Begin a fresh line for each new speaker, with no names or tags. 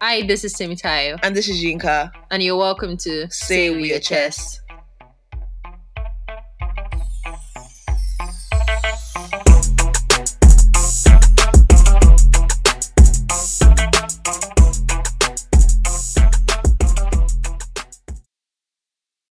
Hi, this is Timmy Tayo,
And this is Yinka.
and you're welcome to
Say With Your Chest.